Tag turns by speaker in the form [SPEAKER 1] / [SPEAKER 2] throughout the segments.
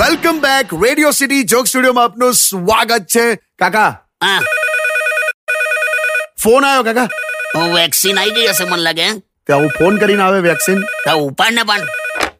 [SPEAKER 1] Welcome back radio city joke સ્ટુડિયોમાં આપનું સ્વાગત છે કાકા
[SPEAKER 2] હા
[SPEAKER 1] ફોન આવ્યો કાકા
[SPEAKER 2] હું વેક્સિન આવી ગઈ હશે મને લાગે હે?
[SPEAKER 1] તે આવું ફોન કરીને આવે વેક્સિન
[SPEAKER 2] તો ઉપાડ ને પણ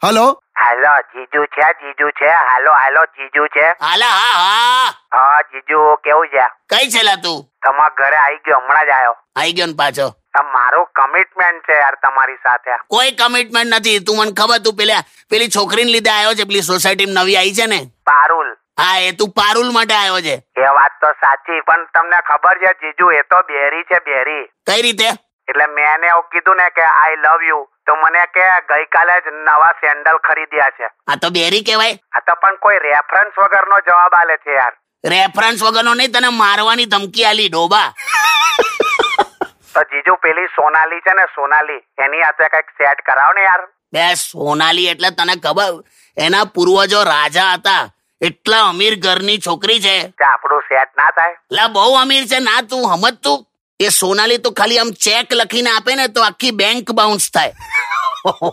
[SPEAKER 1] હલો
[SPEAKER 3] હાલો જીજુ છે જીજુ છે હાલો હાલો જીજુ છે
[SPEAKER 2] હાલા હા હા
[SPEAKER 3] હા જીજુ કેવું છે
[SPEAKER 2] કઈ છે લા તું
[SPEAKER 3] તમારા ઘરે આવી ગયો હમણાં જ આવ્યો
[SPEAKER 2] આવી ગયો ને પાછો
[SPEAKER 3] આ મારું કમિટમેન્ટ છે યાર તમારી સાથે
[SPEAKER 2] કોઈ કમિટમેન્ટ નથી તું મને ખબર તું પેલા પેલી છોકરીને લીધે આવ્યો છે પેલી સોસાયટીમાં નવી આવી છે ને
[SPEAKER 3] પારુલ
[SPEAKER 2] હા એ તું પારુલ માટે આવ્યો છે
[SPEAKER 3] એ વાત તો સાચી પણ તમને ખબર છે જીજુ એ તો બેરી છે બેરી
[SPEAKER 2] કઈ રીતે
[SPEAKER 3] એટલે મેં એને એવું કીધું ને કે આઈ લવ યુ તો મને કે ગઈકાલે જ નવા સેન્ડલ ખરીદ્યા છે
[SPEAKER 2] આ તો બેરી કહેવાય
[SPEAKER 3] આ તો પણ કોઈ રેફરન્સ વગરનો જવાબ આલે છે યાર
[SPEAKER 2] રેફરન્સ વગરનો નહીં તને મારવાની ધમકી આલી ડોબા
[SPEAKER 3] તો જીજુ પેલી સોનાલી છે ને સોનાલી એની હાથે કઈક સેટ કરાવો ને યાર
[SPEAKER 2] બે સોનાલી એટલે તને ખબર એના પૂર્વજો રાજા હતા એટલા અમીર ઘરની છોકરી છે
[SPEAKER 3] કે આપણું સેટ ના થાય
[SPEAKER 2] લા બહુ અમીર છે ના તું સમજતું એ સોનાલી તો ખાલી આમ ચેક લખીને આપે ને તો આખી બેંક બાઉન્સ થાય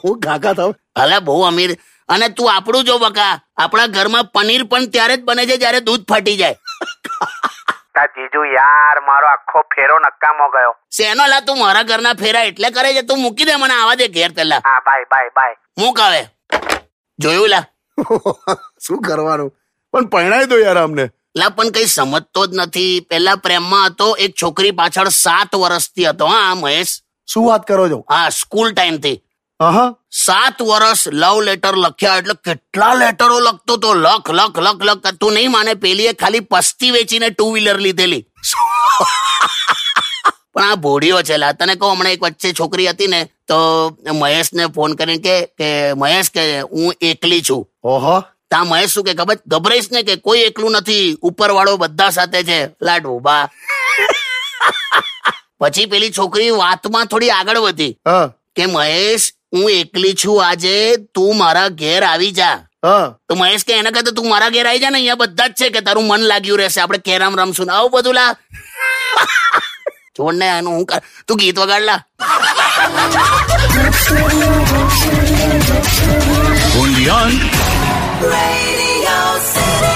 [SPEAKER 1] હું કાકા તમે
[SPEAKER 2] અલા બહુ અમીર અને તું આપણું જો બકા આપણા ઘરમાં પનીર પણ ત્યારે જ બને છે જ્યારે દૂધ ફાટી જાય
[SPEAKER 3] તા જીજુ યાર મારો આખો ફેરો નકામો ગયો
[SPEAKER 2] શેનો લા તું મારા ઘરના ફેરા એટલે કરે છે તું મૂકી દે મને આવા દે ઘેર પેલા
[SPEAKER 3] હા બાય બાય બાય
[SPEAKER 2] મૂક આવે જોયું લા
[SPEAKER 1] શું કરવાનું પણ પરણાય દો યાર અમને
[SPEAKER 2] લા પણ કઈ સમજતો જ નથી પેલા પ્રેમમાં હતો એક છોકરી પાછળ સાત વર્ષથી હતો હા મહેશ
[SPEAKER 1] શું વાત કરો છો
[SPEAKER 2] હા સ્કૂલ ટાઈમથી
[SPEAKER 1] હા
[SPEAKER 2] સાત વર્ષ લવ લેટર લખ્યા એટલે કેટલા લેટરો લખતો તો લખ લખ લખ લખ તું નહીં માને પેલીએ ખાલી પસ્તી વેચીને ટુ વ્હીલર લીધેલી પણ આ ભોળીઓ છે લા તને કહું હમણાં એક વચ્ચે છોકરી હતી ને તો મહેશને ફોન કરીને કે કે મહેશ કે હું એકલી છું
[SPEAKER 1] ઓહો
[SPEAKER 2] તા મહેશ શું કે ખબર ગભરાઈશ ને કે કોઈ એકલું નથી ઉપરવાળો બધા સાથે છે લા ડોબા પછી પેલી છોકરી વાતમાં થોડી આગળ વધી
[SPEAKER 1] હા
[SPEAKER 2] કે મહેશ હું એકલી છું આજે તું મારા ઘેર આવી જા
[SPEAKER 1] હા
[SPEAKER 2] તો મહેશ કે એના કરતા તું મારા ઘેર આવી જા ને અહીંયા બધા જ છે કે તારું મન લાગ્યું રહેશે આપણે કેરમ રમશું ને આવું બધું લા છોડ ને આનું હું કર તું ગીત વગાડ લા
[SPEAKER 4] Radio City.